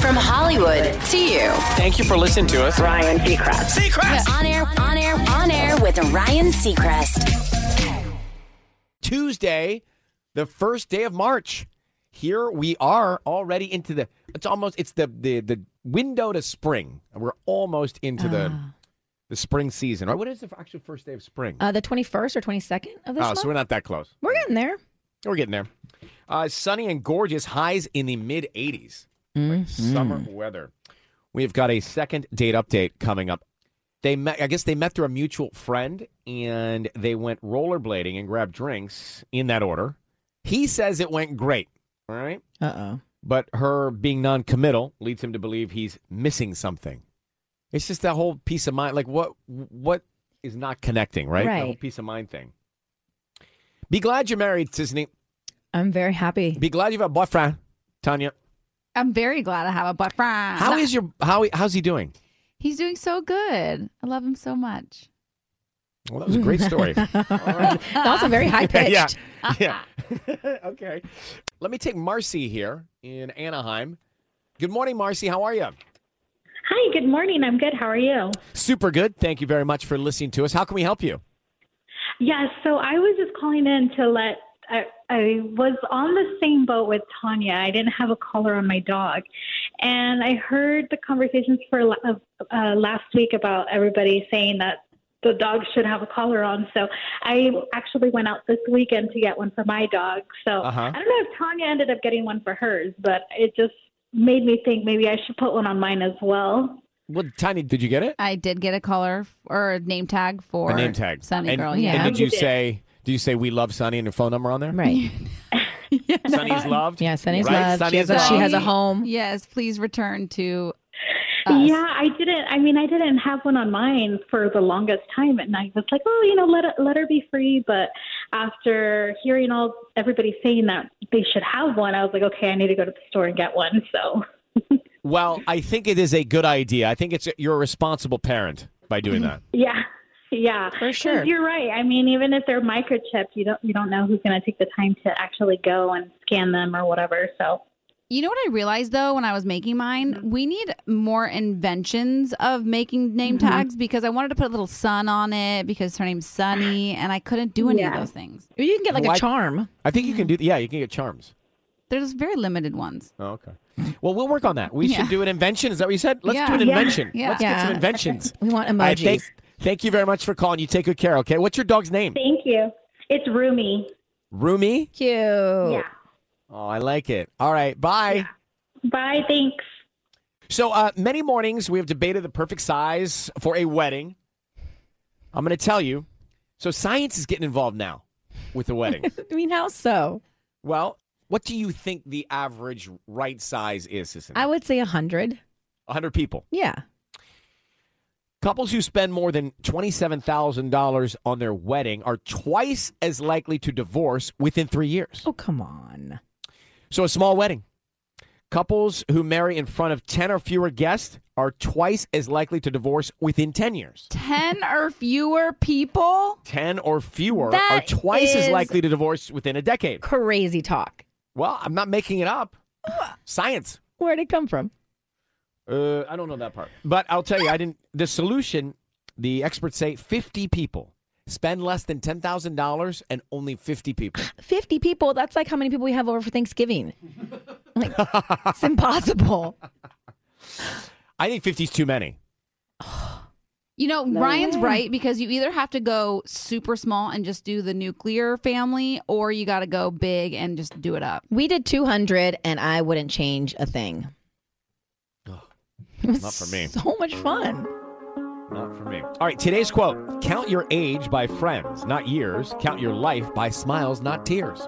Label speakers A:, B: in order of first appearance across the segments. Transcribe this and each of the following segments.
A: From Hollywood to you.
B: Thank you for listening to us.
C: Ryan Seacrest.
A: We're on air, on air, on air with Ryan Seacrest.
B: Tuesday, the first day of March. Here we are already into the. It's almost. It's the the the window to spring. We're almost into the the spring season. Right? What is the actual first day of spring?
D: Ah. Uh, the 21st or 22nd of this
B: oh,
D: month.
B: so we're not that close.
D: we're getting there.
B: We're getting there. Uh, sunny and gorgeous. Highs in the mid 80s. Like summer weather. We've got a second date update coming up. They met. I guess they met through a mutual friend, and they went rollerblading and grabbed drinks in that order. He says it went great. All right.
D: Uh oh.
B: but her being non-committal leads him to believe he's missing something. It's just that whole peace of mind, like what what is not connecting, right? The whole
D: Right.
B: peace of mind thing. Be glad you're married, Sisney.
D: I'm very happy.
B: Be glad you have a boyfriend, Tanya.
E: I'm very glad I have a boyfriend.
B: How is your how how's he doing?
E: He's doing so good. I love him so much.
B: Well, that was a great story.
D: That's also very high pitched.
B: yeah, yeah. okay. Let me take Marcy here in Anaheim. Good morning, Marcy. How are you?
F: Hi, good morning. I'm good. How are you?
B: Super good. Thank you very much for listening to us. How can we help you?
F: Yes, so I was just calling in to let I, I was on the same boat with Tanya. I didn't have a collar on my dog, and I heard the conversations for la- of, uh, last week about everybody saying that the dog should have a collar on. So I actually went out this weekend to get one for my dog. So
B: Uh-huh.
F: I don't know if Tanya ended up getting one for hers, but it just made me think maybe I should put one on mine as well.
B: Well, Tanya, did you get it?
E: I did get a collar f- or a name tag for
B: a name tag.
E: Sunny
B: and,
E: Girl.
B: and
E: Yeah.
B: did you
F: You did.
B: say? Do you say we love Sunny and your phone number on there?
D: Right.
B: Sunny's loved.
D: Yeah, Sunny's
B: Right?
D: love.
B: Sunny's
D: she, has a, she
B: love.
D: has a home.
E: yes, please return to us.
F: Yeah, I didn't. I mean, I didn't have one on mine for the longest time, and I was like, oh, you know, let it- let her be free. But after hearing all everybody saying that they should have one, I was like, okay, I need to go to the store and get one. So
B: Well, I think it is a good idea. I think it's you're a responsible parent by doing
D: Mm-hmm.
B: that.
F: yeah, yeah,
D: For sure.
F: You're right. I mean, even if they're microchipped, you don't you don't know who's going to take the time to actually go and scan them or whatever. So
E: You know what I realized though when I was making mine? We need more inventions of making name tags because I wanted to put a little sun on it because her name's Sunny and I couldn't do any of
F: Yeah.
E: those things.
D: You can get like
B: Well, I-
D: a charm.
B: I think you can do. Yeah, you can get charms.
E: There's very limited ones.
B: Oh, okay. Well, we'll work on that. We should
E: Yeah.
B: do an invention. Is that what you said? Let's do
E: Yeah.
B: an
F: Yeah.
B: invention.
E: Yeah.
B: Let's get
D: Yeah.
B: some inventions.
D: We want
B: All right,
D: emojis.
B: thank, thank you very much for calling. You take good care. Okay. What's your dog's name?
F: thank you. It's roomy.
B: Rumi.
D: Cute.
F: Yeah.
B: Oh, I like it. All right. Bye.
F: Bye. Thanks.
B: So uh, many mornings we have debated the perfect size for a wedding. I'm going to tell you. So science is getting involved now with the wedding.
D: I mean, how so?
B: well, what do you think the average right size is, Sisson?
D: I would say 100.
B: 100 people.
D: Yeah.
B: Couples who spend more than $27,000 on their wedding are twice as likely to divorce within three years.
D: Oh, come on.
B: So a small wedding. Couples who marry in front of 10 or fewer guests are twice as likely to divorce within 10 years.
E: 10 or fewer people?
B: 10 or fewer
D: That
B: are twice as
D: is-
B: likely to divorce within a decade.
D: Crazy talk.
B: Well, I'm not making it up. Science.
D: Where'd it come from?
B: Uh, I don't know that part. But I'll tell you, I didn't. The solution, the experts say 50 people spend less than $10,000 and only 50 people.
D: 50 people. That's like how many people we have over for Thanksgiving. Like, it's impossible.
B: I think 50 is too many.
E: You know, Ryan's right because you either have to go super small and just do the nuclear family, or you got to go big and just do it up.
D: We did 200 and I wouldn't change a thing. It was
B: not for me.
D: So much fun.
B: Not for me. All right, today's quote Count your age by friends, not years. Count your life by smiles, not tears.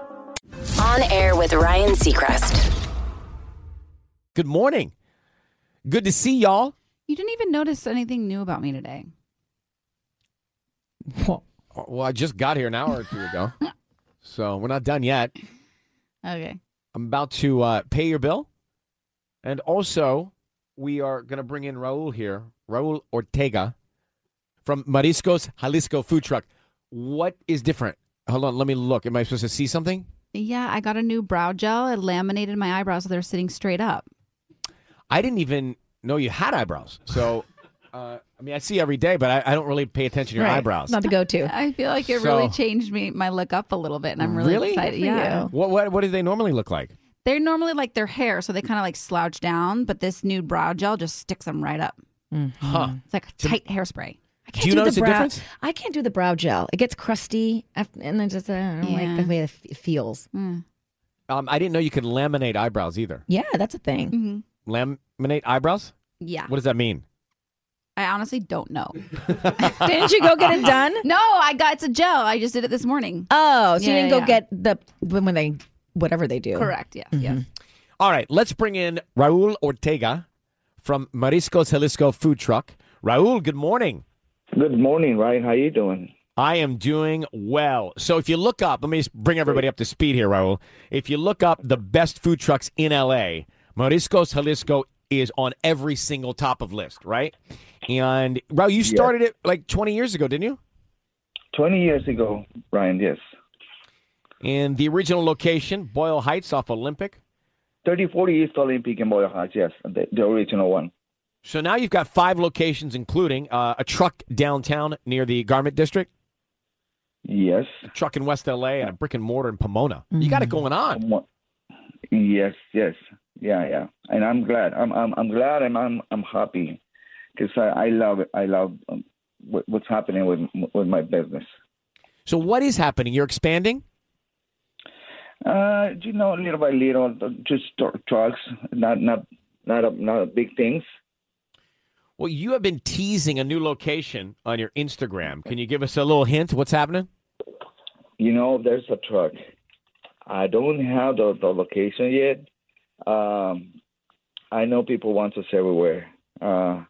A: On air with Ryan Seacrest.
B: Good morning. Good to see y'all.
E: You didn't even notice anything new about me today.
B: Well, I just got here an hour or two ago, so we're not done yet.
E: Okay.
B: I'm about to uh, pay your bill, and also we are going to bring in Raul here, Raul Ortega from Mariscos Jalisco Food Truck. What is different? Hold on, let me look. Am I supposed to see something?
E: Yeah, I got a new brow gel. I laminated my eyebrows so they're sitting straight up.
B: I didn't even know you had eyebrows. So, uh, I mean, I see every day, but I, I don't really pay attention to your
D: Right.
B: eyebrows.
D: Not the go-to.
E: I feel like it
B: So-
E: really changed me my look up a little bit, and I'm really,
B: Really?
E: excited.
D: Good for
E: Yeah,
D: you.
B: What, what what do they normally look like?
E: they're normally like their hair, so they kind of like slouch down, but this nude brow gel just sticks them right up.
D: Mm-hmm.
B: Huh?
E: It's like a tight hairspray.
D: I can't
B: Do you
D: do
B: notice
D: the
B: a
D: brow.
B: difference?
D: I can't do the brow gel. It gets crusty, af- and then just uh, I don't
E: Yeah.
D: like the way it f- feels.
A: Hmm.
B: Um, I didn't know you could laminate eyebrows either.
D: Yeah, that's a thing.
E: Mm-hmm.
B: Laminate eyebrows?
E: Yeah,
B: What does that mean?
E: I honestly don't know.
D: Didn't you go get it done?
E: No, I got it's a gel. I just did it this morning.
D: Oh, so you
E: Yeah,
D: didn't go
E: yeah.
D: get Mm-hmm. the when when they whatever they do.
E: Correct. Yes. Yes.
B: All right, let's bring in Raul Ortega from Mariscos Jalisco Food Truck. Raul, good morning.
C: Good morning, Ryan. How you doing?
B: I am doing well. So if you look up, let me just bring everybody up to speed here, Raul. If you look up the best food trucks in LA, Mariscos Jalisco is on every single top of list, right? And Raul, you started it like 20 years ago, didn't you?
C: Twenty years ago, Ryan. Yes,
B: In the original location, Boyle Heights off Olympic.
C: 30, 40 East Olympic in Boyle Heights. Yes, the, the original one.
B: So now you've got five locations, including uh, a truck downtown near the Garment District,
C: Yes,
B: a truck in West LA, and a brick and mortar in Pomona. You got it going on.
C: Mo- yes, yes. Yeah, yeah. And I'm glad. I'm I'm, I'm glad, and I'm I'm happy because I, I love it. I love um, what, what's happening with with my business.
B: So what is happening? You're expanding?
C: Uh, you know, little by little, just tr- trucks, not not not a, not a big things.
B: Well, you have been teasing a new location on your Instagram. Can you give us a little hint? What's happening?
C: you know, there's a truck. I don't have the, the location yet. Um, I know people want us everywhere. Uh,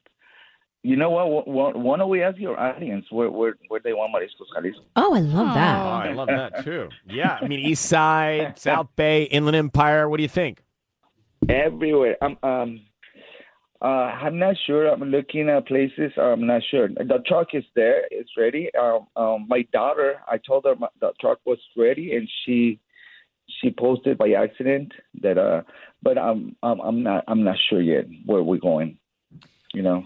C: you know what? Why why don't we ask your audience where where, where they want Mariscos Jalisco?
D: Oh, I love that.
B: Oh, I love that too. Yeah, I mean East Side, South Bay, Inland Empire. What do you think?
C: Everywhere. I'm um, uh, I'm not sure. I'm looking at places. I'm not sure. The truck is there. It's ready. Um, um, my daughter. I told her my, the truck was ready, and she she posted by accident that. Uh, but I'm I'm I'm not I'm not sure yet where we're going. You know.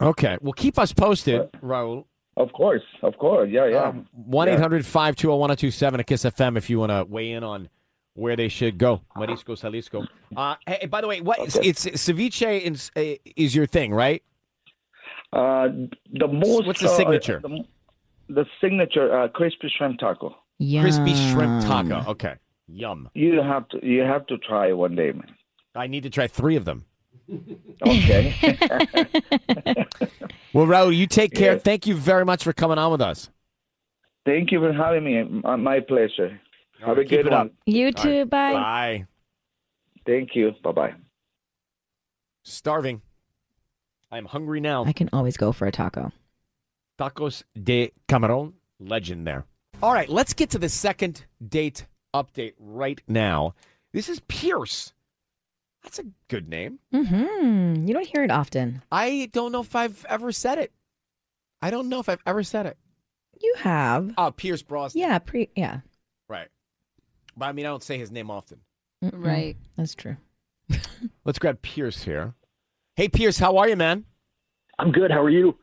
B: Okay. Well, keep us posted, Raul.
C: Of course. Of course. Yeah. Yeah.
B: One 800-520-1027 at Kiss FM if you want to weigh in on where they should go. Marisco Salisco. Uh, hey, by the way, what is it's ceviche is, is your thing, right?
C: uh, the most.
B: What's the
C: uh,
B: signature?
C: the, the signature uh, crispy shrimp taco.
D: Yum.
B: Crispy shrimp taco. Okay. Yum.
C: You have to. You have to try it one day, man.
B: I need to try 3 of them.
C: Okay.
B: Well, Raul, you take care.
C: Yeah.
B: Thank you very much for coming on with us.
C: Thank you for having me. My- My pleasure. Have a
B: right, keep
C: good
B: it up.
C: one.
D: You too. Bye.
B: Bye.
C: Thank you. Bye bye.
B: Starving. I'm hungry now.
D: I can always go for a taco.
B: Tacos de Camarón, legend there. All right, let's get to the second date update right now. This is Pierce. That's a good name.
D: Mm-hmm. You don't hear it often.
B: I don't know if I've ever said it. I don't know if I've ever said it.
D: You have.
B: Oh, Pierce Brosnan.
D: Yeah. Pre. Yeah.
B: Right. But I mean, I don't say his name often.
D: Mm-mm.
E: Right.
D: That's true.
B: Let's grab Pierce here. Hey, Pierce, how are you, man?
G: I'm good. How are you?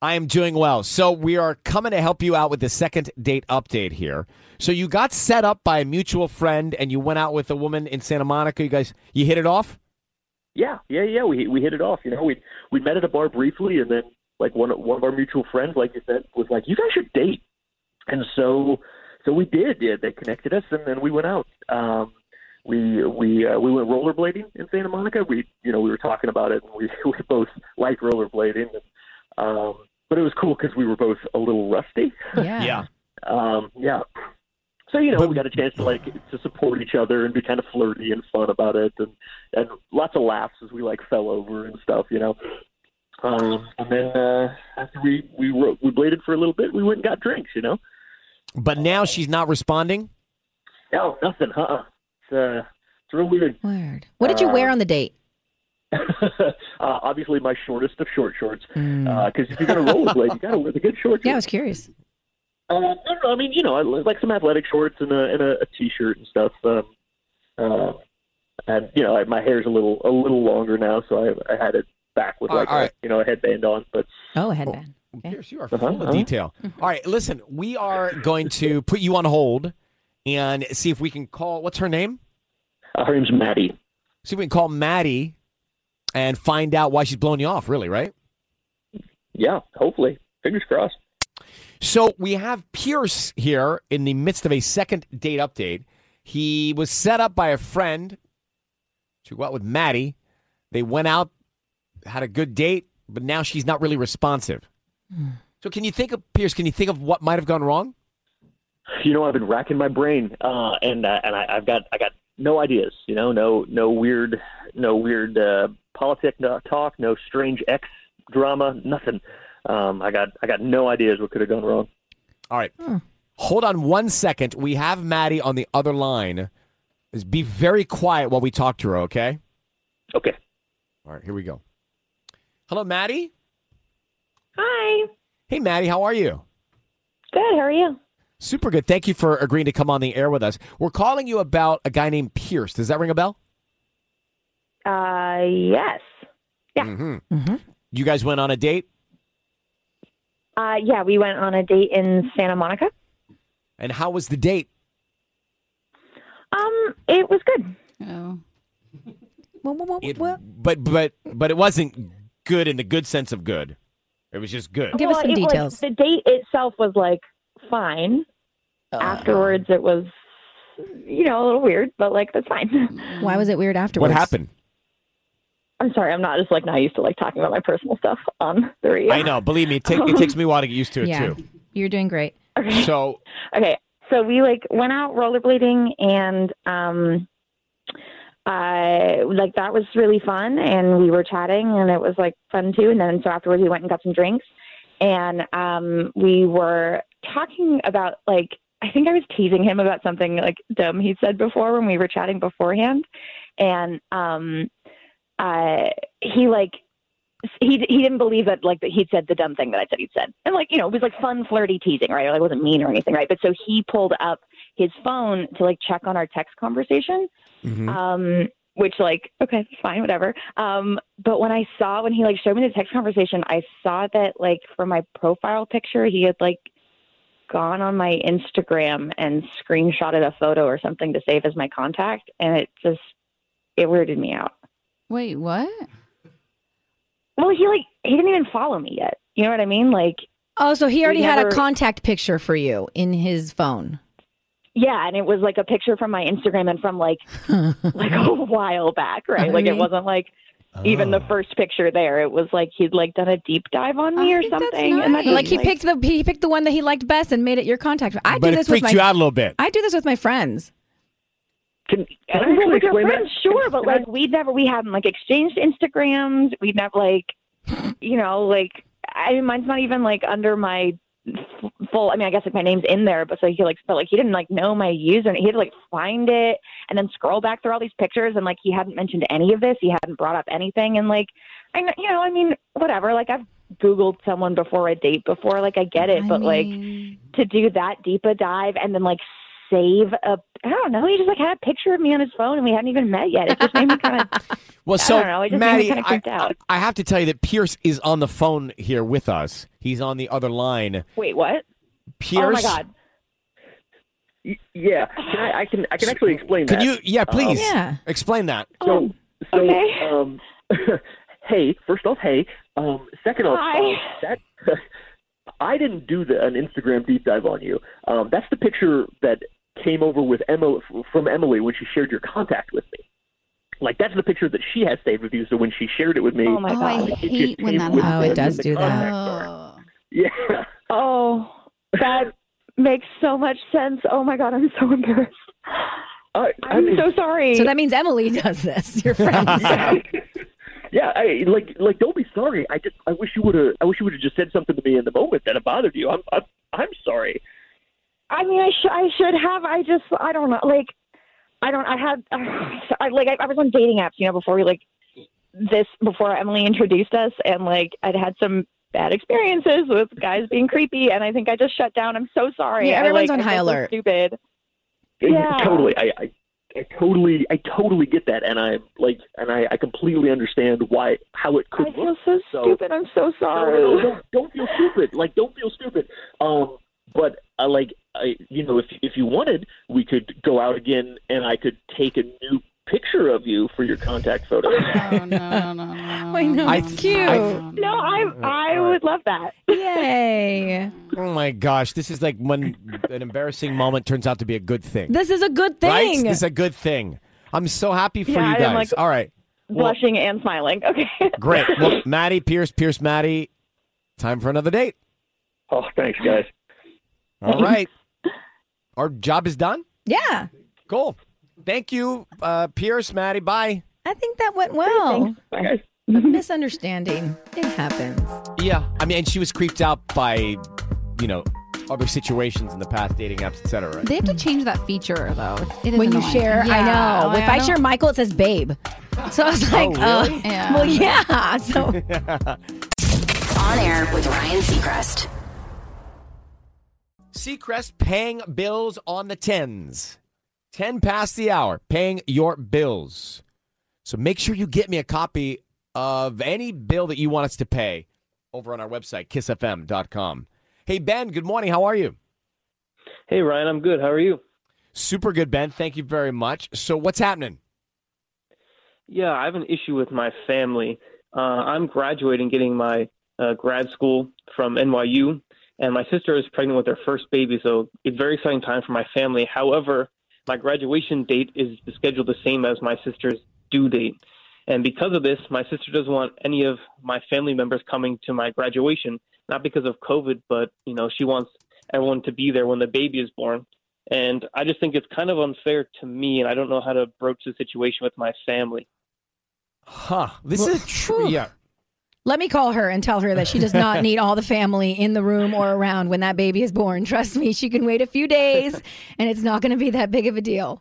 B: I am doing well. So we are coming to help you out with the second date update here. So you got set up by a mutual friend, and you went out with a woman in Santa Monica. You guys, you hit it off.
G: Yeah, yeah, yeah. We we hit it off. You know, we we met at a bar briefly, and then like one one of our mutual friends, like you said, was like, "You guys should date," and so so we did. Yeah, they connected us, and then we went out. Um, we we uh, we went rollerblading in Santa Monica. We you know we were talking about it, and we we both like rollerblading. Um, but it was cool because we were both a little rusty.
D: Yeah.
G: Um, yeah. So you know, we got a chance to like to support each other and be kind of flirty and fun about it, and and lots of laughs as we like fell over and stuff, you know. Um, and then uh, after we we wrote, we waited for a little bit, we went and got drinks, you know.
B: But now she's not responding.
G: No, Oh, nothing, huh? It's uh, it's real weird.
D: Weird. What did you wear on the date?
G: uh, obviously, my shortest of short shorts,
H: Hmm.
G: because
B: Mm.
G: if you're gonna rollerblade, you gotta wear the good shorts.
D: Yeah, I was curious.
G: Uh, no, no, I mean, you know, I li- like some athletic shorts and a and a, a t-shirt and stuff. Um, uh, and you know, I, my hair's a little a little longer now, so I I had it back with
B: All
G: like
B: right, all right.
G: A, you know a headband on. But
D: Oh, a headband.
G: Uh-huh,
B: Pierce, you are full of detail. All right, listen, we are going to put you on hold and see if we can call. What's her name?
G: uh, her name's Maddie.
B: See if we can call Maddie and find out why she's blowing you off. Really, right?
G: Yeah, hopefully, fingers crossed.
B: So we have Pierce here in the midst of a second date update. He was set up by a friend to go out with Maddie. They went out, had a good date, but now she's not really responsive. So can you think of Pierce? Can you think of what might have gone wrong?
G: You know, I've been racking my brain, uh, and uh, and I, I've got I got no ideas. You know, no no weird no weird uh, politic no, talk, no strange ex drama, nothing. Um, I got I got no ideas what could have gone wrong.
B: All right.
D: Hmm.
B: Hold on one second. We have Maddie on the other line. Just be very quiet while we talk to her, okay?
G: Okay.
B: All right, here we go. Hello, Maddie.
I: Hi.
B: Hey, Maddie, how are you?
I: Good. How are you?
B: Super good. Thank you for agreeing to come on the air with us. We're calling you about a guy named Pierce. Does that ring a bell?
I: Uh, yes.
B: Mm-hmm.
D: Mm-hmm.
B: You guys went on a date,
I: Uh, yeah, we went on a date in Santa Monica.
B: and how was the date?
I: Um, it was good.
E: Oh.
D: Whoa, whoa, whoa,
B: It,
D: whoa.
B: but but but it wasn't good in the good sense of good. It was just good.
D: Give us some
I: it was-
D: details.
I: the date itself was like fine.
D: Oh.
I: Afterwards, it was, you know, a little weird, but like that's fine.
D: Why was it weird afterwards?
B: What happened?
I: I'm sorry, I'm not just like not used to like talking about my personal stuff on the radio.
B: I know. Believe me, it, take, it takes me a while to get used to it
D: Yeah.
B: too.
D: You're doing great.
B: So
I: Okay, so we like went out rollerblading and um, uh, like that was really fun, and we were chatting, and it was like fun too. And then so afterwards, we went and got some drinks, and um, we were talking about like I think I was teasing him about something like dumb he said before when we were chatting beforehand, and um, uh, he like he he didn't believe that like that he'd said the dumb thing that I said he'd said, and like you know it was like fun flirty teasing, right? Like, it wasn't mean or anything, right? But so he pulled up his phone to like check on our text conversation, um, which like okay, fine, whatever. Um, but when I saw when he like showed me the text conversation, I saw that like from my profile picture, he had like gone on my Instagram and screenshotted a photo or something to save as my contact, and it just it weirded me out.
E: Wait, what?
I: Well, he like he didn't even follow me yet. You know what I mean? Like
D: Oh, so he already had
I: never-
D: a contact picture for you in his phone.
I: yeah, and it was like a picture from my Instagram and from like like a while back, right?
D: I
I: like
D: mean-
I: it wasn't like even
E: Oh.
I: the first picture there. It was like he'd like done a deep dive on me
E: I
I: or
E: think that's
I: something. And
E: nice.
I: just,
D: Like he picked the he picked the one that he liked best and made it your contact. I
B: but
D: do
B: it
D: this with
B: freaked
D: my
B: you out a little bit.
D: I do this with my friends.
G: Can, can I actually
I: Well, with your
G: explain that?
I: friends, sure, but
G: Can I-
I: like we'd never we hadn't like exchanged Instagrams. We'd never like you know like I mean mine's not even like under my f- full. I mean I guess like my name's in there, but so he like but like he didn't like know my username. He had to like find it and then scroll back through all these pictures and like he hadn't mentioned any of this. He hadn't brought up anything and like I kn- you know I mean whatever. Like I've googled someone before a date before. Like I get it,
E: I
I: but like
E: mean,
I: to do that deep a dive and then like save a I don't know. He just like had a picture of me on his phone and we hadn't even met yet. It just made me kind of
B: Well, so
I: don't know. It just made me
B: Maddie,
I: kinda
B: I,
I: creeped out.
B: I have to tell you that Pierce is on the phone here with us. He's on the other line.
I: wait, what?
B: Pierce,
I: Oh my Oh, god.
G: Y- Yeah, can I, I can I can actually explain
B: can
G: that. Um,
B: you? Yeah, please.
D: Yeah.
B: Explain that.
G: So, so
I: Oh, okay.
G: um, hey, first off, hey. Um, second off,
I: Hi.
G: um, that I didn't do the, an Instagram deep dive on you. Um, that's the picture that came over with Emily from Emily when she shared your contact with me. Like that's the picture that she has saved with you. So when she shared it with me,
I: Oh my
E: oh, I
I: god.
E: hate when that
G: Oh, it
E: happens.
D: does do that.
G: Sorry.
E: Oh.
G: yeah,
I: Oh that makes so much sense. Oh my god, I'm so embarrassed.
G: I, I
I: I'm
G: mean,
I: so sorry.
D: So that means Emily does this. Your friend.
G: yeah, I, like like don't be sorry. I just I wish you would have I wish you would have just said something to me in the moment that it bothered you. I'm I'm, I'm sorry.
I: I mean, I, sh- I should have. I just, I don't know. Like, I don't. I had, I like, I, I was on dating apps, you know, before we like this, before Emily introduced us, and like, I'd had some bad experiences with guys being creepy, and I think I just shut down. I'm so sorry.
D: Yeah,
I: I,
D: everyone's
I: like,
D: on
I: I
D: high
I: feel so
D: alert.
I: Stupid. Yeah.
G: Totally. I, I I totally I totally get that, and I like and I, I completely understand why how it
I: I
G: could
I: feel
G: look.
I: so
G: So-
I: stupid. I'm so
G: No, no, no,
I: sorry.
G: don't, don't feel stupid. Like, don't feel stupid. Um, but I like, I, you know, if if you wanted, we could go out again, and I could take a new picture of you for your contact photo.
E: Oh, no, no, no, no,
D: Oh, I know,
E: no,
D: it's
E: no,
D: cute.
E: no,
I: No, I, I would love that.
D: Yay.
B: Oh my gosh, this is like when an embarrassing moment turns out to be a good thing.
D: This is a good thing.
B: Right? This is a good thing. I'm so happy for
I: Yeah,
B: you
I: I am,
B: guys.
I: like-
B: All right. Well,
I: Blushing and smiling. Okay.
B: great. Well, Maddie, Pierce, Pierce, Maddie, time for another date.
G: Oh, thanks, guys.
B: All right. Our job is done.
D: yeah.
B: Cool. Thank you, uh, Pierce, Maddie. Bye.
D: I think that went well.
G: Bye, guys.
D: A misunderstanding. It happens.
B: Yeah. I mean, and she was creeped out by, you know, other situations in the past, dating apps, etc. Right?
E: They have to change that feature though. It is
D: when you
E: annoying.
D: share,
E: Yeah,
D: I know.
E: like,
D: if I,
E: don't-
D: share Michael, it says babe. So I
B: Oh,
D: was like, uh,
E: Yeah.
D: well, yeah. So
A: On air with Ryan Seacrest.
B: Seacrest paying bills on the tens. 10 past the hour, paying your bills. So make sure you get me a copy of any bill that you want us to pay over on our website, kissfm.com. Hey, Ben, good morning. How are you?
J: Hey Ryan, I'm good. How are you?
B: Super good, Ben. Thank you very much. So, what's happening?
J: Yeah, I have an issue with my family. Uh, I'm graduating, getting my uh, grad school from NYU, and my sister is pregnant with her first baby, so it's a very exciting time for my family. However, my graduation date is scheduled the same as my sister's due date, and because of this, my sister doesn't want any of my family members coming to my graduation. Not because of COVID, but you know she wants everyone to be there when the baby is born. And I just think it's kind of unfair to me, and I don't know how to broach the situation with my family.
B: Huh. This
D: Well,
B: is true.
D: phew.
B: Yeah.
D: let me call her and tell her that she does not need all the family in the room or around when that baby is born. Trust me, she can wait a few days and it's not going to be that big of a deal.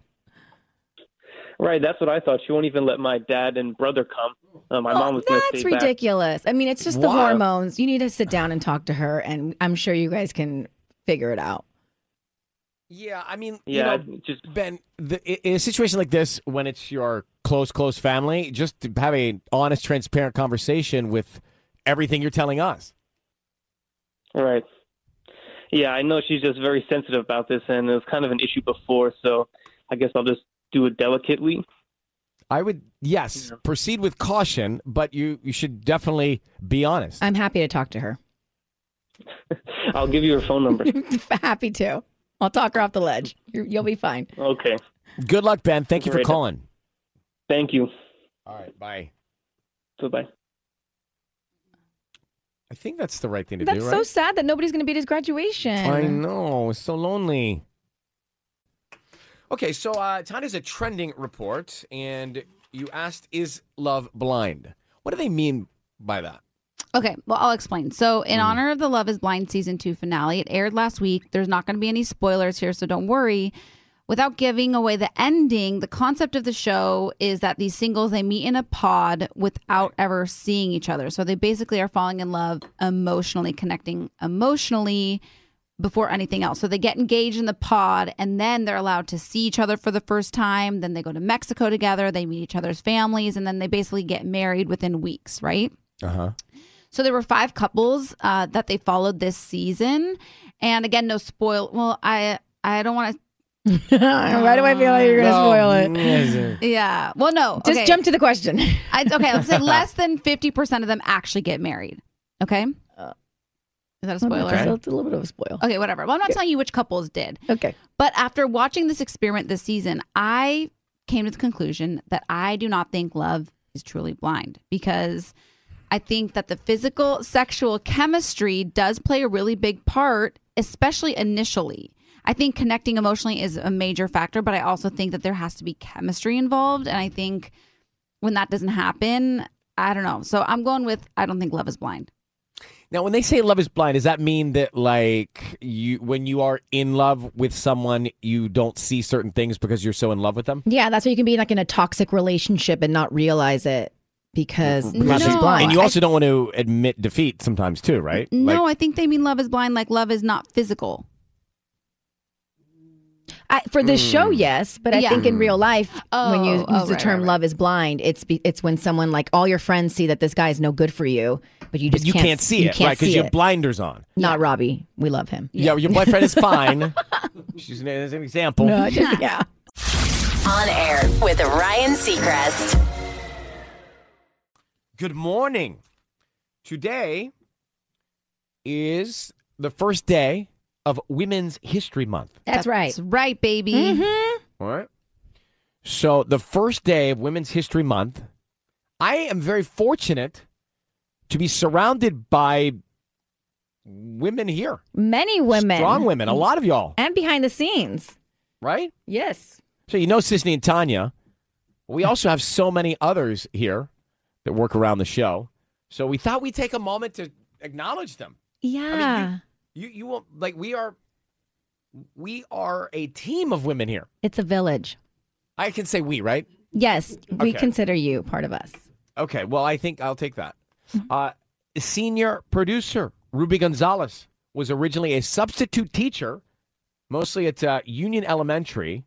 J: Right, that's what I thought. She won't even let my dad and brother come. Uh, my mom was going to
D: That's
J: stay back.
D: ridiculous. I mean, it's just the
B: Wow.
D: hormones. You need to sit down and talk to her, and I'm sure you guys can figure it out.
B: Yeah. I mean,
J: Yeah,
B: you know,
J: it just
B: Ben, the, i- in a situation like this, when it's your close, close family, just to have an honest, transparent conversation with everything you're telling us.
J: right. Yeah, I know she's just very sensitive about this, and it was kind of an issue before. So I guess I'll just do it delicately.
B: I would, yes,
J: Yeah.
B: proceed with caution, but you, you should definitely be honest.
D: I'm happy to talk to her.
J: I'll give you her phone number.
D: happy to. I'll talk her off the ledge. You're, you'll be fine.
J: okay,
B: Good luck, Ben. Thank you for
J: Great.
B: calling.
J: thank you.
B: All right. Bye.
J: Bye bye.
B: I think that's the right thing to
D: That's
B: do,
D: so
B: right?
D: sad that nobody's going to be at his graduation.
B: I know. It's so lonely. Okay, so uh, Tanya's a trending report, and you asked, "Is love blind?" What do they mean by that?
E: Okay, well, I'll explain. So, in honor of the Love is Blind season two finale, it aired last week. There's not going to be any spoilers here, so don't worry. Without giving away the ending, the concept of the show is that these singles they meet in a pod without ever seeing each other. So they basically are falling in love emotionally, connecting emotionally before anything else. So they get engaged in the pod and then they're allowed to see each other for the first time. Then they go to Mexico together, they meet each other's families, and then they basically get married within weeks, right?
B: Uh huh.
E: So there were five couples uh, that they followed this season, and again, no spoil. Well, I I don't want
D: Why do I feel like you're going to spoil it?
E: to. Yeah. Well, no.
D: Just
E: okay.
D: jump to the question.
E: I, okay, let's say less than fifty percent of them actually get married.
D: Uh,
E: Okay. Is that a spoiler?
D: So it's a little bit of a spoil.
E: Okay, whatever. Well, I'm not telling you which couples did,
D: Okay.
E: but after watching this experiment this season, I came to the conclusion that I do not think love is truly blind because I think that the physical sexual chemistry does play a really big part especially initially. I think connecting emotionally is a major factor, but I also think that there has to be chemistry involved. And I think when that doesn't happen, I don't know. So I'm going with I don't think love is blind.
B: Now, when they say love is blind, does that mean that like you, when you are in love with someone, you don't see certain things because you're so in love with them?
K: Yeah, that's why you can be like in a toxic relationship and not realize it because love is
B: Perhaps-
K: blind.
B: And you also don't want to admit defeat sometimes too, right?
E: no,
B: Like,
E: I think they mean love is blind, like love is not physical.
K: I, for this show, yes, but I
E: Hmm. Yeah.
K: think in real life, when you
E: Oh,
K: use
E: oh,
K: the
E: right,
K: term
E: right,
K: "love is blind," it's be, it's when someone like all your friends see that this guy is no good for you, but you
B: but
K: just
B: you
K: can't,
B: can't, see
K: you
B: it,
K: can't
B: right? Because
K: see
B: you have
K: it.
B: blinders on.
K: Not Robbie. We love him.
B: Yeah, your boyfriend is fine. She's an, as an example.
K: No, just- yeah.
A: On air with Ryan Seacrest.
B: Good morning. Today is the first day of Women's History Month.
D: That's right.
E: It's right, baby.
K: Mm-hmm.
B: All right. So, the first day of Women's History Month, I am very fortunate to be surrounded by women here.
K: Many women,
B: Strong women, a lot of y'all,
K: and behind the scenes.
B: right?
K: Yes.
B: So, you know, Sisney and Tanya. We also have so many others here that work around the show. So, we thought we'd take a moment to acknowledge them.
K: Yeah.
B: You you won't like we are we are a team of women here.
K: it's a village.
B: I can say we, right?
K: Yes, we
B: Okay.
K: consider you part of us.
B: Okay. Well, I think I'll take that. Uh, senior producer Ruby Gonzalez was originally a substitute teacher, mostly at uh, Union Elementary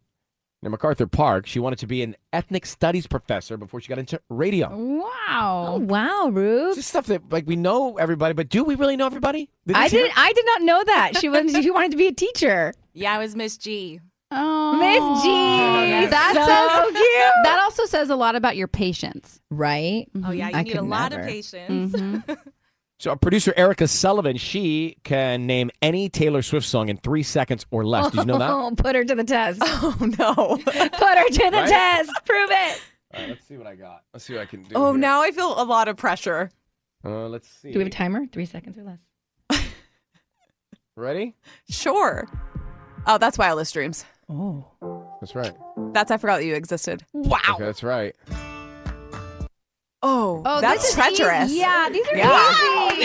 B: near MacArthur Park. She wanted to be an ethnic studies professor before she got into radio.
K: Oh
E: Wow.
K: wow, Rube.
B: It's just stuff that like we know everybody, but do we really know everybody? that
K: I
B: is here?
K: did. I did not know that she was. She wanted to be a teacher.
L: Yeah, I was Miss G.
E: Oh.
K: Miss G,
E: That
K: so
E: says that also says a lot about your patience.
K: Right. Mm-hmm.
L: Oh yeah, you
K: I
L: need a
K: could
L: lot
K: never.
L: of patience.
E: Mhm.
B: So, our producer Erica Sullivan, she can name any Taylor Swift song in three seconds or less. Did you know that? All
K: Oh, put her to the test.
L: Oh no.
K: Put her to the
B: Right?
K: test. Prove it.
B: right, let's see what I got. Let's see what I can do.
L: Oh,
B: here.
L: now I feel a lot of pressure.
B: Uh, let's see.
K: Do we have a timer? Three seconds or less.
B: Ready?
L: Sure. Oh, that's Wildest Dreams.
K: Oh.
B: That's right.
L: That's I forgot that you existed.
B: Wow. Okay, that's right.
L: Oh,
E: Oh,
L: that's
E: this is
L: treacherous.
E: easy. Yeah, these are
L: Yeah.
E: easy.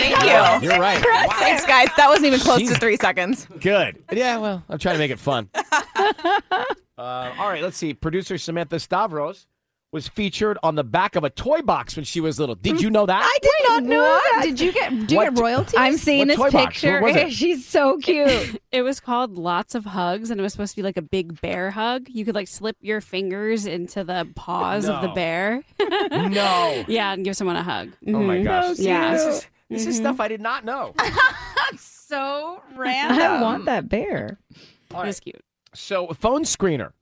L: Thank you.
B: You're right.
L: Thanks, guys. That wasn't even close to
B: Jeez.
L: three seconds.
B: Good. Yeah, well, I'm trying to make it fun. uh, all right, let's see. Producer Samantha Stavros was featured on the back of a toy box when she was little. Did you know that?
K: I did not know that.
E: Did you get do you
B: What-
E: get royalties?
K: I'm
B: What
K: seeing this
B: toy box?
K: picture.
B: What was it?
K: She's so cute.
H: It was called Lots of Hugs, and it was supposed to be like a big bear hug. You could like slip your fingers into the paws of the
B: No.
H: bear.
B: No.
H: yeah, and give someone a hug.
B: Oh my
H: Mhm.
B: gosh. See,
H: Yeah.
B: This is this is stuff I did not know.
E: so
K: I want that bear.
B: All
H: It
B: right.
H: was cute.
B: So, phone screener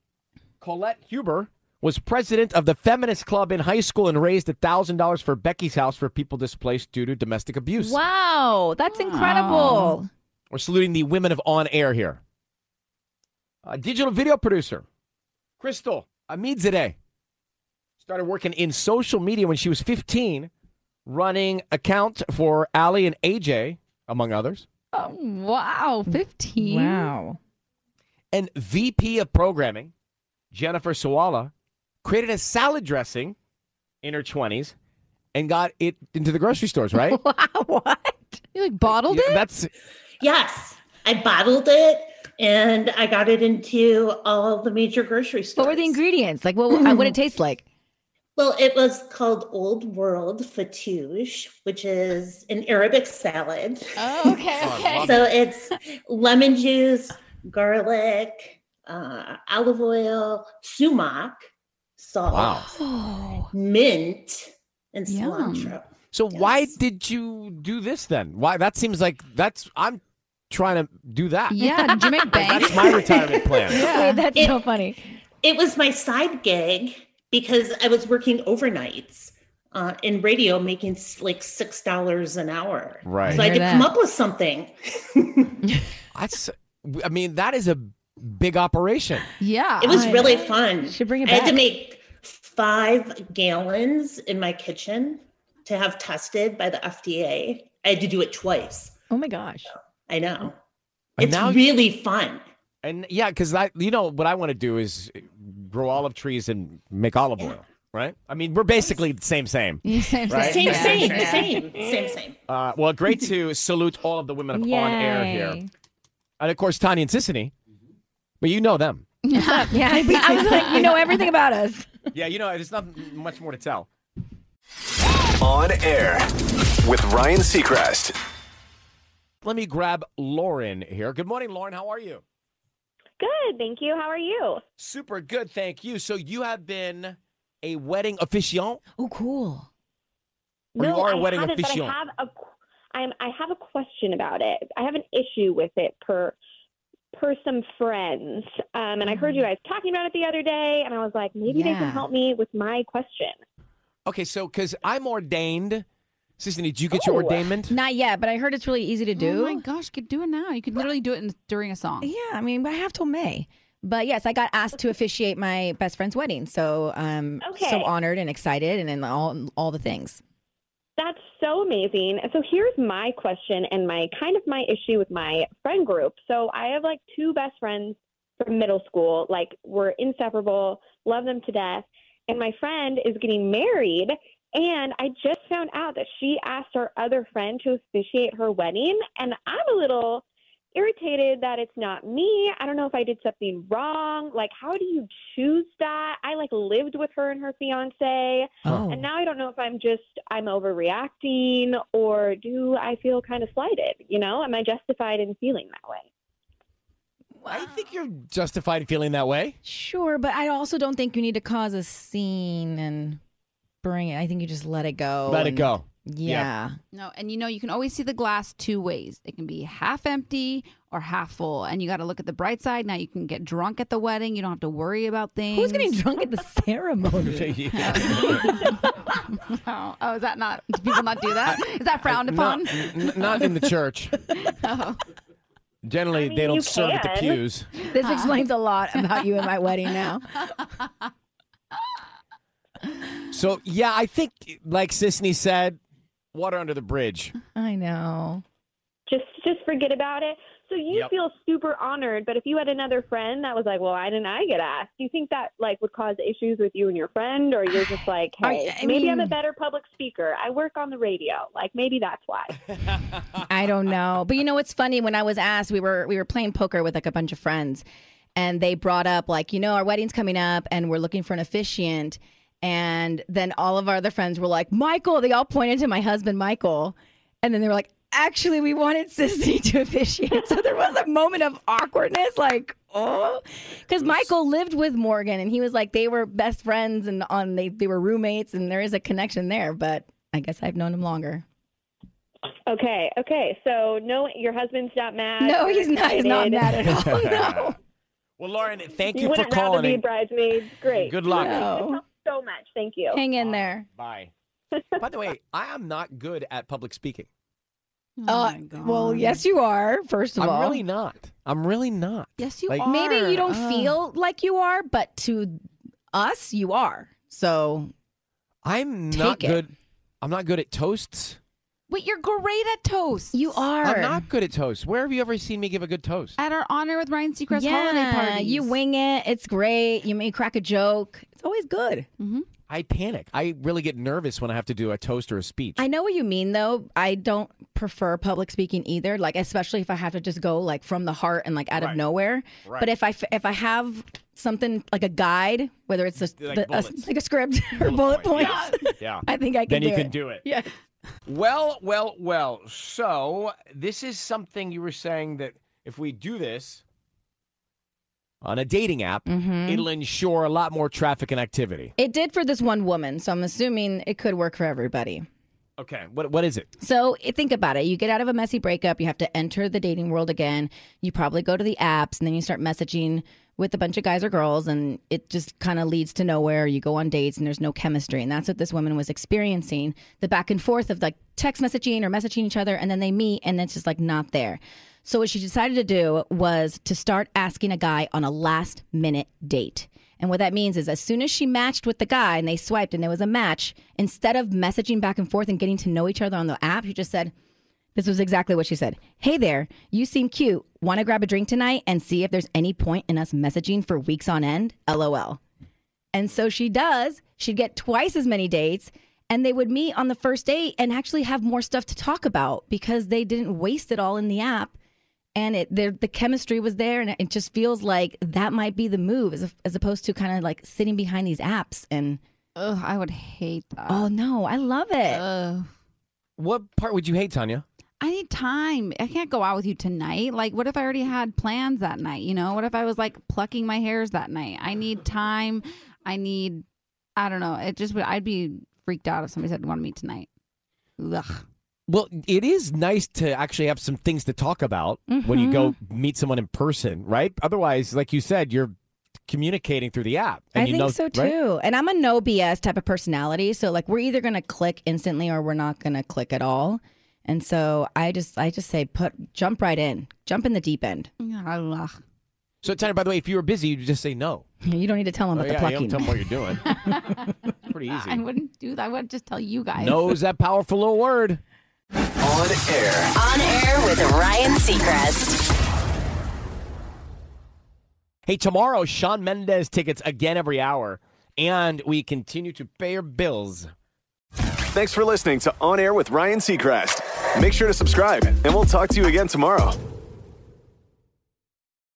B: Colette Huber was president of the feminist club in high school and raised $1,000 for Becky's house for people displaced due to domestic abuse.
K: Wow, that's incredible.
B: Um, We're saluting the women of on air here. Uh, digital video producer Crystal Amidzadeh started working in social media when she was 15, running account for Ali and AJ, among others.
E: Oh, wow, 15.
K: Wow.
B: and VP of programming, Jennifer Sawala, created a salad dressing in her 20s and got it into the grocery stores, right?
K: Wow, what?
E: You like bottled
B: Yeah,
E: it?
B: that's
M: Yes, I bottled it and I got it into all the major grocery stores.
K: What were the ingredients? Like, what Uh, what would it taste like?
M: Well, it was called Old World Fattoush, which is an Arabic salad.
E: Oh, okay,
B: Oh, I
E: okay.
B: love
M: so it's lemon juice, garlic, uh, olive oil, sumac, salt,
B: Wow.
E: Oh,
M: mint, and
E: Yum.
M: cilantro.
B: so. Why
M: Yes.
B: did you do this then? Why that seems like that's I'm trying to do that.
E: yeah. Did you make bank?
B: That's my retirement plan.
K: Wait, that's
M: It-
K: so funny.
M: It was my side gig because I was working overnights uh, in radio, making s- like six dollars an hour.
B: Right.
M: So I
K: Hear
M: could come
K: that.
M: up with something.
B: That's I mean that is a big operation.
E: yeah.
M: It was
K: I
M: really fun.
K: Should bring it
M: I had to
K: back.
M: make five gallons in my kitchen to have tested by the FDA. I had to do it twice.
K: Oh my gosh.
M: I know.
B: And
M: It's
B: now-
M: really fun.
B: And yeah, because I, you know, what I want to do is grow olive trees and make olive oil, right? I mean, we're basically the same, same.
D: same,
B: Right?
M: Same,
B: Yeah.
M: same, same, same, same.
B: Uh, well, great to salute all of the women of on air here,
M: Yay.
B: and of course Tanya and Sissany, but you know them.
D: yeah, I was like, you know everything about us.
B: Yeah, you know, there's not much more to tell.
N: On air with Ryan Seacrest.
B: Let me grab Lauren here. Good morning, Lauren. How are you?
O: Good, thank you. How are you?
B: Super good, thank you. So you have been a wedding officiant.
K: Oh, cool.
B: Or you are a wedding
O: haven't, but
B: officiant.
O: I have a, qu- I'm, I have a question about it. I have an issue with it per per some friends, um, and I heard you guys talking about it the other day, and I was like, maybe they
B: Mm. Yeah.
O: can help me with my question.
B: Okay, so because I'm ordained, Sissany, did you get your ordainment?
K: Not yet, but I heard it's really easy to do.
E: Oh my gosh, you could do it now. You could literally do it in, during a song.
K: Yeah, I mean, but I have till May. But yes, I got asked to officiate my best friend's wedding, so I'm so honored and excited, and, and all all the things.
O: That's so amazing. So here's my question and my kind of my issue with my friend group. So I have like two best friends from middle school, like we're inseparable, love them to death. And my friend is getting married and I just found out that she asked our other friend to officiate her wedding and I'm a little irritated that it's not me. I don't know if I did something wrong. Like, how do you choose that? I like lived with her and her fiance,
K: Oh.
O: and now I don't know if I'm just I'm overreacting or do I feel kind of slighted? You know, am I justified in feeling that way?
B: I think you're justified in feeling that way.
K: Sure, but I also don't think you need to cause a scene and bring it. I think you just let it go.
B: Let it
K: and-
B: go.
K: Yeah.
E: No, and you know, you can always see the glass two ways. It can be half empty or half full. And you got to look at the bright side. Now you can get drunk at the wedding. You don't have to worry about things.
K: Who's getting drunk at the ceremony?
E: oh, oh, is that not, do people not do that? Is that frowned
B: Not,
E: upon?
B: n- not in the church. Generally, they don't
K: you
B: serve at the
K: can.
B: pews.
K: This explains a lot about you and my wedding now.
B: So yeah, I think like Sisney said, water under the bridge.
K: I know.
O: Just just forget about it. So you
B: Yep.
O: feel super honored, but if you had another friend that was like, "Well, why didn't I get asked?" Do you think that like would cause issues with you and your friend, or you're just like,
K: I-
O: "Hey,
K: I
O: maybe I'm a
K: mean-
O: better public speaker. I work on the radio. Like maybe that's why."
K: I don't know. But you know what's funny? When I was asked, we were we were playing poker with like a bunch of friends, and they brought up like, you know, our wedding's coming up, and we're looking for an officiant. And then all of our other friends were like, Michael. They all pointed to my husband, Michael, and then they were like, actually, we wanted Sissy to officiate. So there was a moment of awkwardness, like, oh, because Michael lived with Morgan, and he was like, they were best friends, and on they they were roommates, and there is a connection there. But I guess I've known him longer.
O: Okay, okay. So no, your husband's not mad.
K: No,
O: You're
K: he's not- he's not
O: excited.
K: mad at all.
B: Well, Lauren, thank
O: You
B: you, for
O: wouldn't rather
B: calling.
O: be
B: and-
O: bridesmaids. Great.
B: Good luck.
O: Thank you
K: No.
O: so much. Thank you.
K: Hang in there.
B: Bye. By the way, I am not good at public speaking.
K: uh, well, yes, you are. First of
B: Oh, I'm
K: all,
B: really not. I'm really not.
K: Yes,
B: you Like- are.
K: Maybe you don't
E: Oh.
B: Ugh.
K: feel like you are, but to us, you are. So
B: I'm not
K: Take it.
B: good. I'm not good at toasts.
E: Wait, you're great at toast.
K: You are.
B: I'm not good at toasts. Where have you ever seen me give a good toast?
E: At our honor with Ryan Seacrest
K: yeah,
E: holiday party.
K: you wing it. It's great. You may crack a joke. It's always good.
E: Mm-hmm.
B: I panic. I really get nervous when I have to do a toast or a speech.
K: I know what you mean, though. I don't prefer public speaking either. Like, especially if I have to just go like from the heart and like out
B: Right.
K: of nowhere.
B: Right.
K: But if I f- if I have something like a guide, whether it's a,
B: Like
K: the- a-
B: bullets.
K: like a script or bullet points,
B: Yeah.
K: I think I can.
B: Then
K: do
B: you
K: it.
B: can do it.
K: Yeah.
B: Well, well, well. So this is something you were saying that if we do this on a dating app,
K: Mhm.
B: it'll ensure a lot more traffic and activity.
K: It did for this one woman, so I'm assuming it could work for everybody.
B: Okay. What what is it?
K: So i- think about it. You get out of a messy breakup, you have to enter the dating world again. You probably go to the apps and then you start messaging with a bunch of guys or girls, and it just kind of leads to nowhere. You go on dates and there's no chemistry. And that's what this woman was experiencing the back and forth of like text messaging or messaging each other, and then they meet and it's just like not there. So what she decided to do was to start asking a guy on a last minute date. And what that means is as soon as she matched with the guy and they swiped and it was a match, instead of messaging back and forth and getting to know each other on the app, she just said, this was exactly what she said. Hey there, you seem cute. want to grab a drink tonight and see if there's any point in us messaging for weeks on end? LOL. And so she does. She'd get twice as many dates, and they would meet on the first date and actually have more stuff to talk about because they didn't waste it all in the app. And it, there- the chemistry was there, and it just feels like that might be the move, as, as opposed to kind of like sitting behind these apps and.
E: Ugh, I would hate that.
K: Oh no, I love it.
B: What part would you hate, Tanya?
E: I need time. I can't go out with you tonight. Like, what if I already had plans that night? You know, what if I was like plucking my hairs that night? I need time. I need, I don't know. It just would, I'd be freaked out if somebody said, want to meet tonight. Ugh.
B: Well, it is nice to actually have some things to talk about when you go
E: Mhm.
K: Mm-hmm.
B: meet someone in person, right? Otherwise, like you said, you're communicating through the app.
K: I
B: you
K: think
B: know-
K: so
B: right?
K: too. And I'm a no BS type of personality. So like we're either gonna click instantly or we're not gonna click at all. And so I just I just say put jump right in. Jump in the deep end.
B: So, Tanya, by the way, if you were busy, you just say no.
K: You don't need to tell them
B: Oh,
K: about
B: yeah,
K: the
B: you
K: plucking.
B: don't tell them what you're doing. Pretty easy.
E: I wouldn't do that. I would just tell you guys.
B: No is that powerful little word.
A: On air. On air with Ryan Seacrest.
B: Hey, tomorrow, Sean Mendez tickets again every hour, and we continue to pay your bills.
N: Thanks for listening to On Air with Ryan Seacrest. Make sure to subscribe, and we'll talk to you again tomorrow.